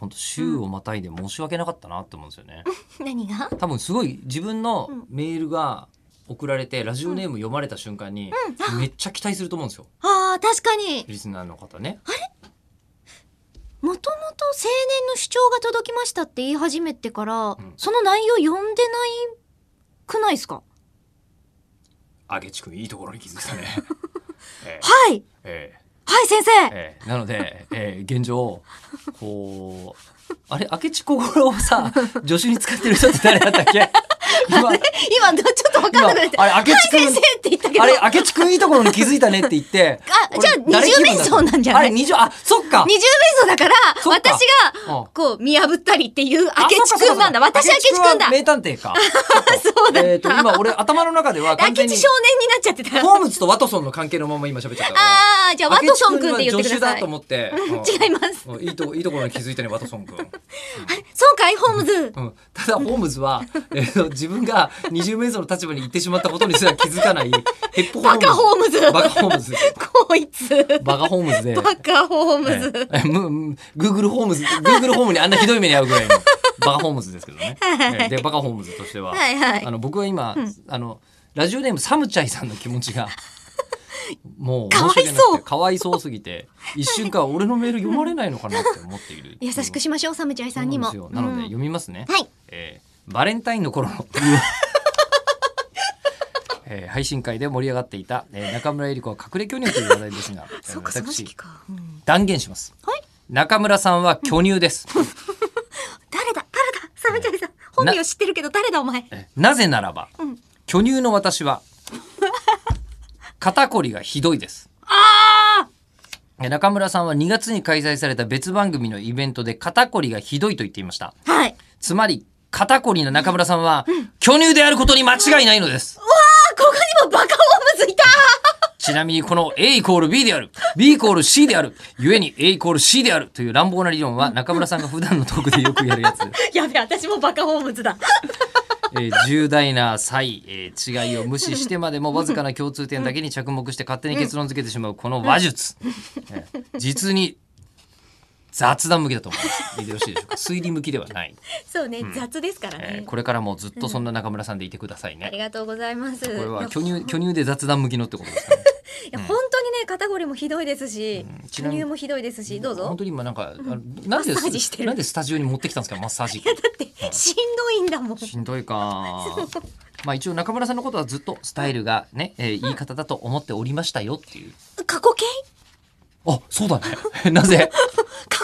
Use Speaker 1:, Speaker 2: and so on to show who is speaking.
Speaker 1: 本当週をまたいで申し訳なかったなって思うんですよね。
Speaker 2: 何が
Speaker 1: 多分すごい自分のメールが送られてラジオネーム読まれた瞬間にめっちゃ期待すると思うんですよ。
Speaker 2: ああ、確かに。
Speaker 1: リスナーの方ね。
Speaker 2: もともと青年の主張が届きましたって言い始めてから、
Speaker 1: ん
Speaker 2: その内容読んでないくないですか
Speaker 1: あげちくんいいところに気づいた ね。え
Speaker 2: はい
Speaker 1: ええ
Speaker 2: はい、先生、
Speaker 1: えええなので、ええ現状こうあれ明智小五郎をさ助手に使ってる人って誰だったっ け今
Speaker 2: 今、ちょっとわかん
Speaker 1: 今
Speaker 2: なくなって。
Speaker 1: あれ明智く
Speaker 2: 先
Speaker 1: ん
Speaker 2: 生って言ったけど。
Speaker 1: あれ明智くんいいところに気づいたねって言って
Speaker 2: あじゃあ
Speaker 1: 俺誰気分だ
Speaker 2: 二重面相なんじゃない
Speaker 1: あれ二重あそっか
Speaker 2: 二重面相だから、
Speaker 1: そっ
Speaker 2: 私
Speaker 1: か
Speaker 2: が、
Speaker 1: あ
Speaker 2: こう、見破ったりっていう、明
Speaker 1: あ
Speaker 2: 智くんなんだ。
Speaker 1: そっか
Speaker 2: 私、
Speaker 1: そ
Speaker 2: 明
Speaker 1: っか
Speaker 2: 智く
Speaker 1: 明智君
Speaker 2: んだ。
Speaker 1: は名探偵 か。そうだえっと、今俺頭の中では
Speaker 2: 明
Speaker 1: 完全に
Speaker 2: 智少、年になっちゃってた。
Speaker 1: ホームズとワトソンの関係のまま今喋っちゃったから。
Speaker 2: ああ、じゃあ、ワトソンくんって言って
Speaker 1: 明智君は助手
Speaker 2: くださ
Speaker 1: だ
Speaker 2: い。
Speaker 1: と思って。
Speaker 2: 違います
Speaker 1: うん。いいとこ、いいところに気づいたね、ワトソン君。
Speaker 2: そうかい、ホームズ。
Speaker 1: うん、ただ、ホームズは、えーと自分が二重面相の立場に行ってしまったことにすら気づかない、ヘッポホームズ。
Speaker 2: バカ
Speaker 1: バカホ
Speaker 2: ホームズ
Speaker 1: ームズ。
Speaker 2: こいつ。
Speaker 1: バカホームズで。
Speaker 2: バカホームズ。
Speaker 1: ええむむ Google ホームズ、Google ホームにあんなひどい目に遭うぐらいのバカホームズですけどね。ええで、バカホームズとしては、
Speaker 2: はいはい
Speaker 1: あの僕は今、あのラジオネームサムチャイさんの気持ち が。もう申し訳な
Speaker 2: かわいそ
Speaker 1: く
Speaker 2: う
Speaker 1: てかわいそうすぎて一瞬間俺のメール読まれないのかなって思っている
Speaker 2: 優しく
Speaker 1: し
Speaker 2: しましょう、サムチャイさんにも。
Speaker 1: ななので
Speaker 2: うん
Speaker 1: 読みますね、
Speaker 2: はい。
Speaker 1: えーバレンタインの頃の、 えー配信会で盛り上がっていた、えー中村江里子は隠れ巨乳という話題ですが
Speaker 2: そうか、その時期
Speaker 1: 私
Speaker 2: か。うん
Speaker 1: 断言します
Speaker 2: はい。
Speaker 1: 中村さんは巨乳です、
Speaker 2: 誰だ誰だサムチャイさん。本名知ってるけど誰だお前。
Speaker 1: えなぜならば、
Speaker 2: うん
Speaker 1: 巨乳の私 は肩こりがひどいです
Speaker 2: ああ
Speaker 1: え中村さんは2月に開催された別番組のイベントで肩こりがひどいと言っていました
Speaker 2: はい。
Speaker 1: つまり肩こりの中村さんは巨乳であることに間違いないのです
Speaker 2: あ、ここにもバカホームズいた
Speaker 1: ちなみにこの A イコール B である B イコール C である故に A イコール C であるという乱暴な理論は中村さんが普段のトークでよくやるやつ
Speaker 2: やべ、私もバカホームズだ。
Speaker 1: えー重大な差異、えー違いを無視してまでもわずかな共通点だけに着目して勝手に結論付けてしまうこの話術、えー実に雑談向きだと思います見てほしいでしょうか推理向きではない、
Speaker 2: そうね、雑ですから
Speaker 1: えー
Speaker 2: ね。
Speaker 1: これからもずっとそんな中村さんでいてください
Speaker 2: あ
Speaker 1: ね、
Speaker 2: りがとうございます。
Speaker 1: これはい
Speaker 2: や
Speaker 1: 巨乳巨乳で雑談向きのってことですかね
Speaker 2: いや本当にね、肩こりもひどいですし、
Speaker 1: ち
Speaker 2: 巨
Speaker 1: なみに
Speaker 2: 乳もひどいですし、 どうぞ
Speaker 1: 本。当に今なんかあのなんで
Speaker 2: マッサージしてる
Speaker 1: なんでスタジオに持ってきたんですかマッサージ機
Speaker 2: だって、しんどいんだもん。
Speaker 1: しんどいか。 まあ一応中村さんのことはずっとスタイルがね、えー言い方だと思っておりましたよっていう。
Speaker 2: 過去形
Speaker 1: あ、そうだね。なぜ
Speaker 2: 過去